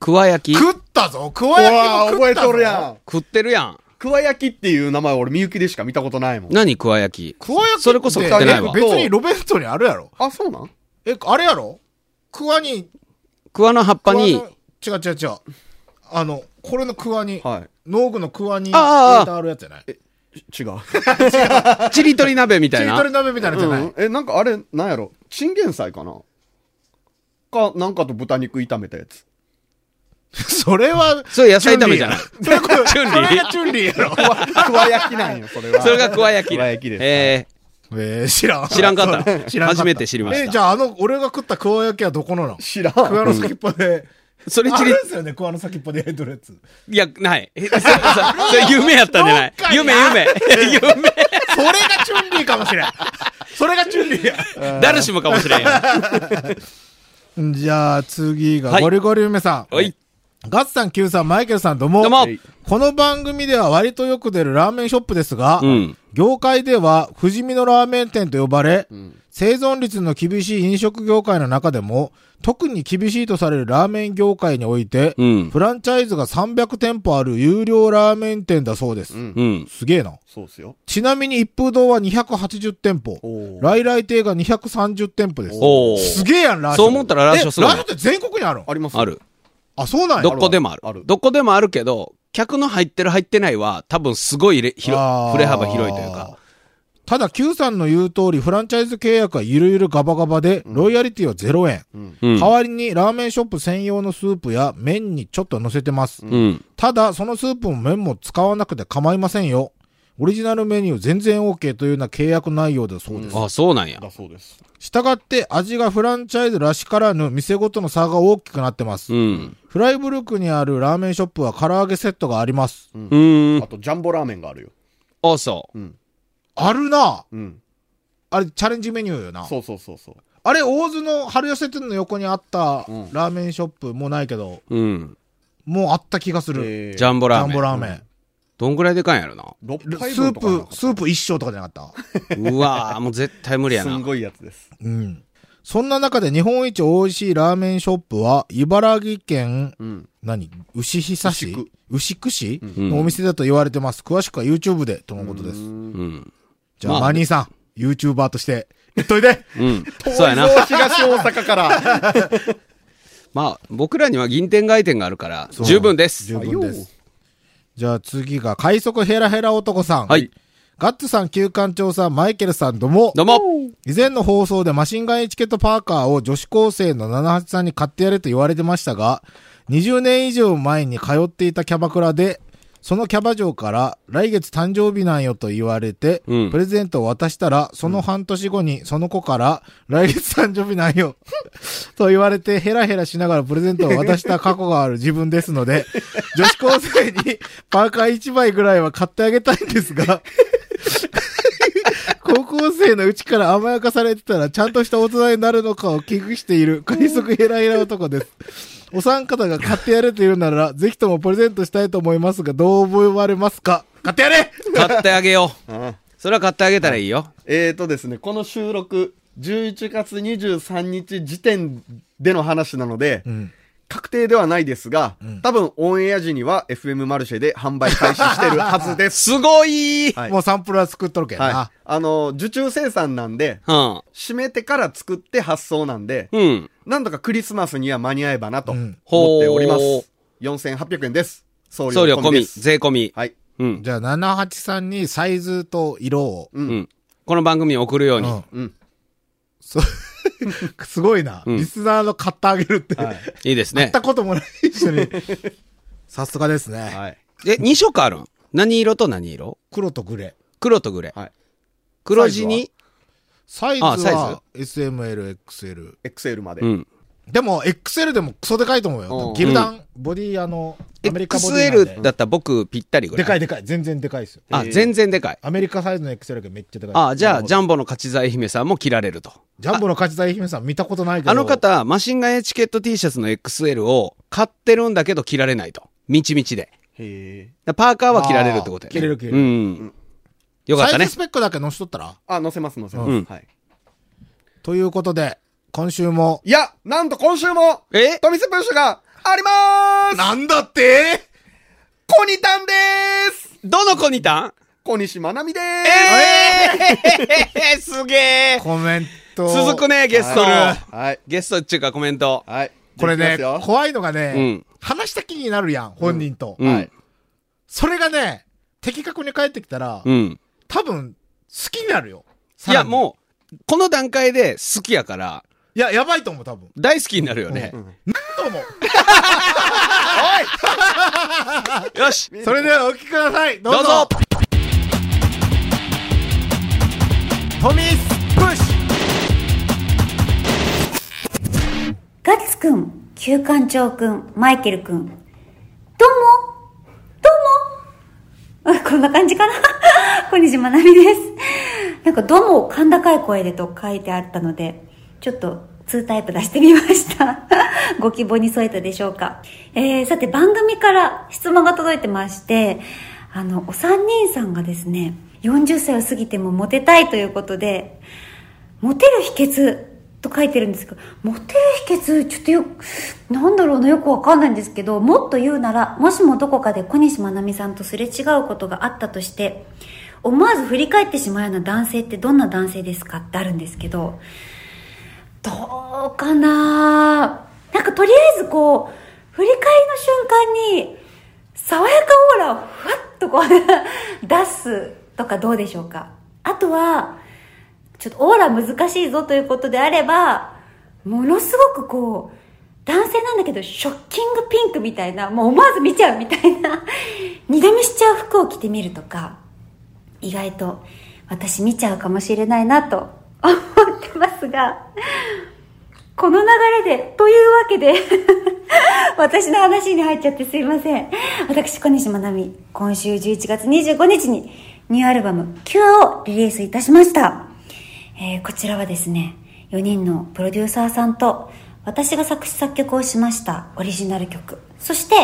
S3: くわ焼き
S2: 食ったぞくわ焼きも食ったぞ
S4: ん。
S3: 食ってるやん。
S4: くわ焼きっていう名前俺みゆきでしか見たことないもん。
S3: 何くわ焼き
S2: くわ焼きって
S3: それこそ食ってないわ
S2: 別にロベントにあるやろ。
S4: あ、そうなん
S2: え、あれやろくわに、
S3: くわの葉っぱに
S2: く、わの違う違う違う。あの、これのくわに、
S4: は
S2: 農具のくわに
S3: ああ
S2: 入
S3: ああ
S2: れてあるやつじゃない
S4: い。ち違う。
S3: ちりとり鍋みた
S2: ち
S3: い
S2: りとり
S3: な。
S2: 鍋みたいなのじゃない、
S4: うんえ、なんかあれ、なんやろチンゲン菜かなか、なんかと豚肉炒めたやつ。
S2: それは、
S3: それ野菜炒めじゃない
S2: チュンリーやろ。そ
S3: チュ
S2: れこそそれがチュ
S3: ンリー
S2: ンリーやろ。
S4: く わくわ焼きなんよ、それは。
S3: それがくわ焼き。
S4: くわ焼きです
S3: え
S2: えー、知らん。
S3: ー、知らんか った。
S2: 知らんかった
S3: 初めて知りまし
S2: え、
S3: た
S2: じ。ゃああの、俺が食ったクワ焼きはどこのなの
S4: 知らん。
S2: クワの先っぽで。
S3: それ
S2: あ
S3: ち
S2: れ
S3: り、
S2: ですよね、クワの先っぽで焼いとるやつ。
S3: いや、ない。えそそそれ夢やったんじゃない
S2: どっかに
S3: 夢、夢。 夢。
S2: それがチュンリーかもしれん。 それがチュンリーや。
S3: 誰しもかもしれんよ。
S2: じゃあ次が
S3: はい
S2: ゴリゴリ梅さん。
S3: おい。
S2: ガッツさん、キューさん、マイケルさん、どうも。
S3: どうも
S4: い。
S2: この番組では割とよく出るラーメンショップですが、
S3: うん
S2: 業界では不死身のラーメン店と呼ばれ、生存率の厳しい飲食業界の中でも、特に厳しいとされるラーメン業界において、
S3: うん
S2: フランチャイズが300店舗ある有料ラーメン店だそうです。
S3: うん。
S2: すげえな。
S4: そうっすよ。
S2: ちなみに一風堂は280店舗
S4: お、ー
S2: 来来亭が230店舗です。
S3: おー
S2: すげえやん、ラーショ
S3: そう思ったらラーショすご
S2: え
S3: いな
S2: ラーショって全国にあるの
S4: あります
S3: あ。る。
S2: あ、そうなんや。
S3: どこでもあ
S4: あ
S3: る
S4: る。
S3: どこでもあるけど、客の入ってる入ってないは、多分すごいれ広
S2: あー、
S3: 触れ幅広いというか。。
S2: ただ、Q さんの言う通り、フランチャイズ契約はゆるゆるガバガバで、ロイヤリティは0円。
S3: うん
S2: 代わりに、ラーメンショップ専用のスープや麺にちょっと乗せてます。
S3: うん。
S2: ただ、そのスープも麺も使わなくて構いませんよ。オリジナルメニュー全然 OK というような契約内容だそうです。
S3: あ、そうなんや。
S4: だそうです。
S2: したがって、味がフランチャイズらしからぬ店ごとの差が大きくなってます。
S3: うん。
S2: フライブルクにあるラーメンショップは唐揚げセットがあります。
S3: うん
S4: あ。と、ジャンボラーメンがある よ。
S3: あ、そう。
S2: あるな
S4: うん。
S2: あれ、チャレンジメニューよな。
S4: そうそうそうそう。
S2: あれ、大津の春寄せ店の横にあった
S4: うん
S2: ラーメンショップ、もうないけど、
S3: うん。
S2: もうあった気がする。
S4: えー
S3: ジャンボ
S2: ジ
S3: ラ
S2: ャ
S3: ー
S2: ン
S3: メ
S2: ボ
S3: ン。
S2: ラーメン。
S3: どんぐらいでかいんやろ な。
S4: 6杯
S2: ス
S4: 分
S2: ー
S4: とかなか
S2: プ
S4: っ、た
S2: スープ一升とかじゃなかった
S3: うわーもう絶対無理や
S4: すん
S3: な。
S4: ごいやつです。
S2: うん。そんな中で日本一美味しいラーメンショップは、茨城県、
S4: うん。
S2: 何牛久市
S4: 牛久
S2: 牛久市
S3: ん
S2: のお店だと言われてます。詳しくは YouTube で、とのことです。
S3: うん。
S2: じゃあ、
S3: まあ
S2: マニーさん、YouTuber として、言っといで
S3: うん。そうやな。
S4: 東東大阪から。
S3: まあ、僕らには銀天外店があるから、十分です
S2: 十。分です。じゃあ次が、快速ヘラヘラ男さん。
S3: はい。
S2: ガッツさん、旧館長さん、マイケルさん、どうも。
S3: どうも。
S2: 以前の放送でマシンガンエチケットパーカーを女子高生の78さんに買ってやれと言われてましたが、20年以上前に通っていたキャバクラで、そのキャバ嬢から来月誕生日なんよと言われて、
S3: うん
S2: プレゼントを渡したら、その半年後にその子から来月誕生日なんよ と言われてヘラヘラしながらプレゼントを渡した過去がある自分ですので、女子高生にパーカー1枚ぐらいは買ってあげたいんですが、 高校生のうちから甘やかされてたら、ちゃんとした大人になるのかを危惧している、快速ヘラヘラ男です。 お三方が買ってやれというなら、ぜひともプレゼントしたいと思いますが、どう思われますか買ってやれ
S3: 買ってあげよう。
S4: うん
S3: それは買ってあげたらいいよ。
S4: えーとですね、この収録、11月23日時点での話なので、
S2: ん
S4: 確定ではないですが、多分オンエア時には FM マルシェで販売開始してるはずです。
S3: すごい
S4: はい
S2: もうサンプルは作っとるけどな。
S4: はい。あの、受注生産なんで、
S3: うん。
S4: 締めてから作って発送なんで、
S3: うん。
S4: なんとかクリスマスには間に合えばなと
S2: う
S4: 思
S2: ん
S4: っておりま
S3: ほう
S4: す。4800円です。送
S3: 送
S4: 料
S3: 料
S4: 込
S3: 込
S4: み
S3: み、
S4: です。
S3: 税込み。
S4: はい。
S3: うん。
S2: じゃあ、78さんにサイズと色を。
S4: う。
S3: うんん。この番組に送るよう
S2: う
S3: に。
S2: ん。
S4: うん。
S2: そ すごいな。
S3: うん
S2: リスナーの買ってあげるって。
S4: はい。
S3: いいです
S2: 買っ
S3: ね。
S2: たこともない人に。さすがですね。
S4: はい。
S3: え、2色あるん何色と何色
S2: 黒とグレー。
S3: 黒とグレー。
S4: はい
S3: 黒地に、
S2: サイズ
S3: あサイ
S2: は SML、XL。
S4: XL まで。
S3: うん。
S2: でも、XL でもクソでかいと思う
S4: う
S2: よ
S4: ん。
S2: ギルダン、ボディ、あの、アメリカボディなんで。
S3: XL だったら僕ぴったりぐら
S2: で
S3: い。
S2: かいでかい。全然でかいですよ。
S3: あ、全然でかい。
S2: アメリカサイズの XL がめっちゃでかい。
S3: あ、じゃあ、ジ
S2: ャ
S3: ャンボの勝ち財姫さんも着られると。
S2: ジャンボの勝ち大姫さん見たことないけど。
S3: あの。方、マシンガンエチケット T シャツの XL を買ってるんだけど着られないと。みちみちで。
S4: へえ。
S3: だからパーカーは着られるってこと
S2: あ
S3: やね。
S2: ー着れる着れる
S3: うん。よかっ
S2: サ
S3: た
S2: イズ
S3: ね
S2: ス。ペックだけ載しとったら
S4: あ、載せます載せま
S3: う
S4: す
S3: ん。
S4: はい。
S2: ということで、今週も。
S4: いや、なんと今週も、
S3: え
S4: トミスプッシュがありまーす
S2: なんだって
S4: コニタンでーす
S3: どの子にいたん
S4: 小西まなみでーす
S3: えー、すげえ
S2: コメント。
S3: 続く。ね、ゲスト。
S4: はい。
S3: ゲストっていうかコメント。
S4: はい。
S2: これ
S4: で
S2: ね
S4: きます、よ
S2: 怖いのが
S3: う
S2: ね
S3: ん、
S2: 話した気になるやん、本人と。
S3: うん。
S4: はい
S2: それがね、的確に返ってきたら
S3: う、ん。
S2: 多分、好きになるよ。
S3: いや、
S2: う。
S3: もう、この段階で好きやから、
S2: いや、やばいと思う、多分。
S3: 大好きになるよね。
S2: どうも。
S3: よし
S2: それではお聞きください。ど
S3: ど
S2: う
S3: う
S2: ぞ。
S3: ぞ
S2: トミースプッシュ
S5: ガッツくん、旧館長くん、マイケルくん。どうもどうもあこんな感じかな 小西まなみです。なんかどうも甲高い声でと書いてあったので、ちょっと2タイプ出してみました。 ご希望に添えたでしょうか。えー、さて番組から質問が届いてまして、あの、お三人さんがですね、40歳を過ぎてもモテたいということで、モテる秘訣と書いてるんですけど、モテる秘訣、ちょっとよく、なんだろうな、よくわかんないんですけど、もっと言うなら、もしもどこかで小西まなみさんとすれ違うことがあったとして、思わず振り返ってしまうような男性ってどんな男性ですかってあるんですけど、どうかななんかとりあえずこう、振り返りの瞬間に、爽やかオーラをふわっとこう 出すとかどうでしょうかあとは、ちょっとオーラ難しいぞということであれば、ものすごくこう、男性なんだけど、ショッキングピンクみたいな、もう思わず見ちゃうみたいな、二度見しちゃう服を着てみるとか、意外と私見ちゃうかもしれないなと思ってますが、この流れで、というわけで、 私の話に入っちゃってすいません。私、小西まなみ、今週11月25日にニューアルバム、キュアをリリースいたしました。えーこちらはですね、4人のプロデューサーさんと、私が作詞作曲をしましたオリジナル曲、そして、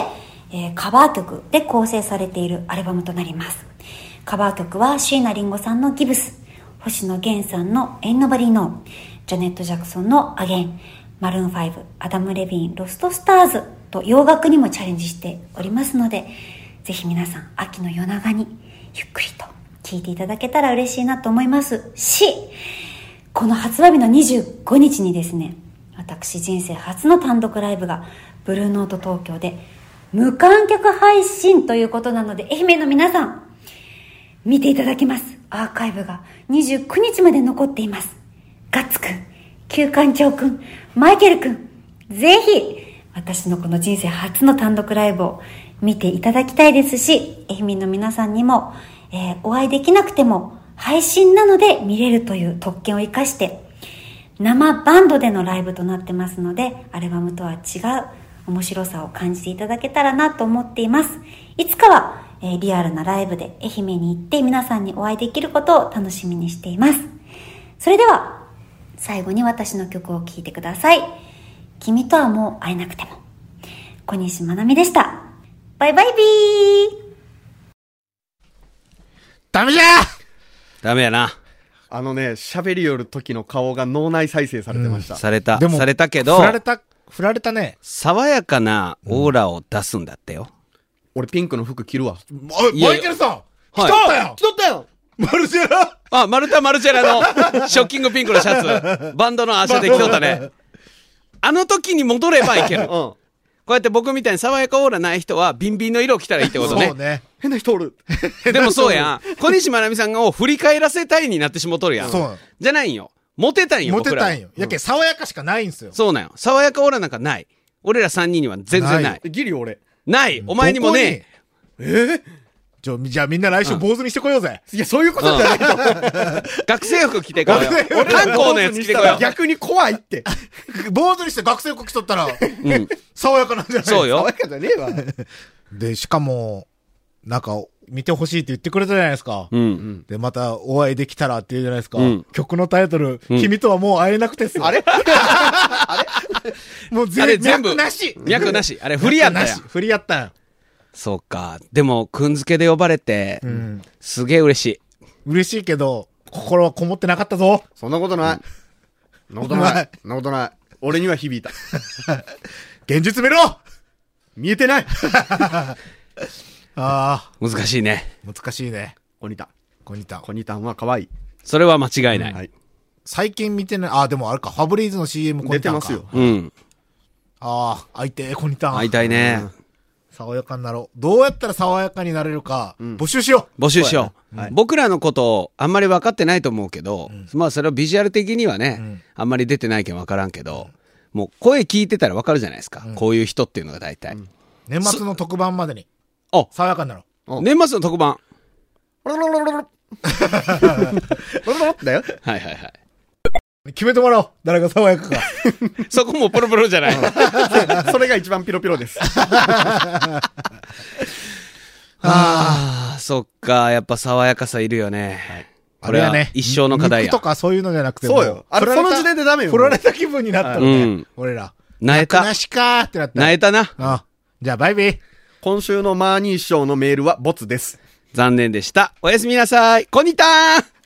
S5: えーカバー曲で構成されているアルバムとなります。カバー曲は椎名林檎さんのギブス、星野源さんの「エンノバリーノー」ジャネット・ジャクソンの「アゲイン」マルーン5アダム・レビン「ロスト・スターズ」と洋楽にもチャレンジしておりますのでぜひ皆さん秋の夜長にゆっくりと聴いていただけたら嬉しいなと思いますしこの発売日の25日にですね私人生初の単独ライブがブルーノート東京で無観客配信ということなので愛媛の皆さん見ていただけますアーカイブが29日まで残っていますガッツくん旧館長くんマイケルくんぜひ私のこの人生初の単独ライブを見ていただきたいですし愛媛の皆さんにも、えーお会いできなくても配信なので見れるという特権を生かして生バンドでのライブとなってますのでアルバムとは違う面白さを感じていただけたらなと思っていますいつかは、えーリアルなライブで愛媛に行って皆さんにお会いできることを楽しみにしていますそれでは最後に私の曲を聴いてください君とはもう会えなくても小西まなみでしたバイバイビー
S2: ダメじゃ
S3: ダメやな。
S4: あのね、喋りよる時の顔が脳内再生されてました。
S3: された。
S2: でも
S3: されたけど
S2: 振、られた、振られたね。
S3: 爽やかなオーラを出すんだってよ。
S4: 俺ピンクの服着るわ。
S2: おい、
S3: いや
S2: マイケルさん来
S3: はい
S2: とったよ
S4: とったよ
S2: マルシェラ
S3: あ、マルタ・マルチェラのショッキングピンクのシャツ。バンドの足で着とったね。あの時に戻ればいける。
S4: う
S3: こ
S4: ん。
S3: うやって僕みたいに爽やかオーラない人は、ビンビンの色を着たらいいってこと
S2: そ
S3: ね
S2: う。ね。
S4: 変な人おる。
S3: でもそうやん。小西まなみさんを振り返らせたいになってしもとるやん。
S2: そうなの
S3: じゃないんよ。モテたんよ、
S2: モテ
S3: 僕ら
S2: た
S3: は
S2: んよ。やけ、爽やかしかないんすよ。
S3: そうなんよ。爽やかオーラなんかない。俺ら3人には全然ない。
S2: な
S3: ないい。
S4: ギリ俺。
S3: お前にもね、
S2: どこに。えじゃあみんな来週坊主にしてこようぜ。
S4: いや、そういうことじゃないと。
S3: 学生服着てこよ
S2: 学生
S3: う。
S2: 服
S3: 観光のやつ着てこよう。
S4: 逆に怖いって。
S2: 坊主にして学生服着とったら、
S3: うん。
S2: 爽やかなんじゃない
S3: そうよ
S4: 爽。やかじゃねえわ。
S2: で、しかも、なんか、見てほしいって言ってくれたじゃないですか。
S3: うん。
S2: で、またお会いできたらって言うじゃないですか。
S3: うん
S2: 曲のタイトル、
S3: ん
S2: 君とはもう会えなくてっすよ
S4: あれ
S2: もう
S3: あれ
S2: 全
S3: 全
S2: 部
S3: 部。
S2: なし
S3: 脈なし。あれ、振りやっ
S2: な
S3: たや
S2: し
S3: ん。
S2: 振りやったやん。
S3: そうか。でも、くんづけで呼ばれて、
S2: ん
S3: すげえ嬉しい。
S2: 嬉しいけど、心はこもってなかったぞ。
S4: そんなことない。そんなこと
S2: うま
S4: ないい。そんなことない。俺には響いた。
S2: 現実見ろあ
S4: 見えてない
S2: あ
S3: 難しいね。
S2: ー、難しいね。
S4: コニタン。
S2: こニタ
S4: コニタンは可愛い。
S3: それは間違いない。
S4: はい。
S2: 最近見てない。ああ、でもあれか、ファブリーズの CM コ
S4: 出
S2: ニ
S4: て
S2: タン
S4: ま
S2: か。
S4: すよ。。
S3: うん。
S2: ああ、会いてえ、コニタン。
S3: 会いたいね。
S2: 爽やかになろう。どうやったら爽やかになれるか、募集しよう。
S3: 募集しよう、
S4: そうやなはい
S3: 僕らのことをあんまり分かってないと思うけど、まあそれはビジュアル的にはね、あんまり出てないけん分からんけど、もう声聞いてたら分かるじゃないですか。こういう人っていうのが大体。
S2: 年末の特番までに。
S3: あ、
S2: 爽やかになろう。
S3: 年末の特番。
S4: ロロロロロロ。ロロロだよ。
S3: はいはいはい。
S2: 決めてもらおう。誰が爽やかか。
S3: そこもプロプロじゃない。
S4: それが一番ピロピロです。
S3: ああ、そっか。やっぱ爽やかさいるよね。 これ
S2: あ
S3: は
S2: れやね
S3: 一生の課題
S2: 肉
S3: や
S2: と。かそういうのじゃなくて。
S4: そうよ
S2: も
S4: あれ
S2: 振らた
S4: その時点でダメよ
S2: 振られた気分になったの
S3: う
S2: ね
S3: ん。
S2: 俺ら。
S3: なえた
S2: な。しかーってなった。
S3: なえたな。
S2: あじゃあ、バイビー。
S4: 今週のマーニー師匠のメールはボツです。
S3: 残念でした。おやすみなさい。こにたー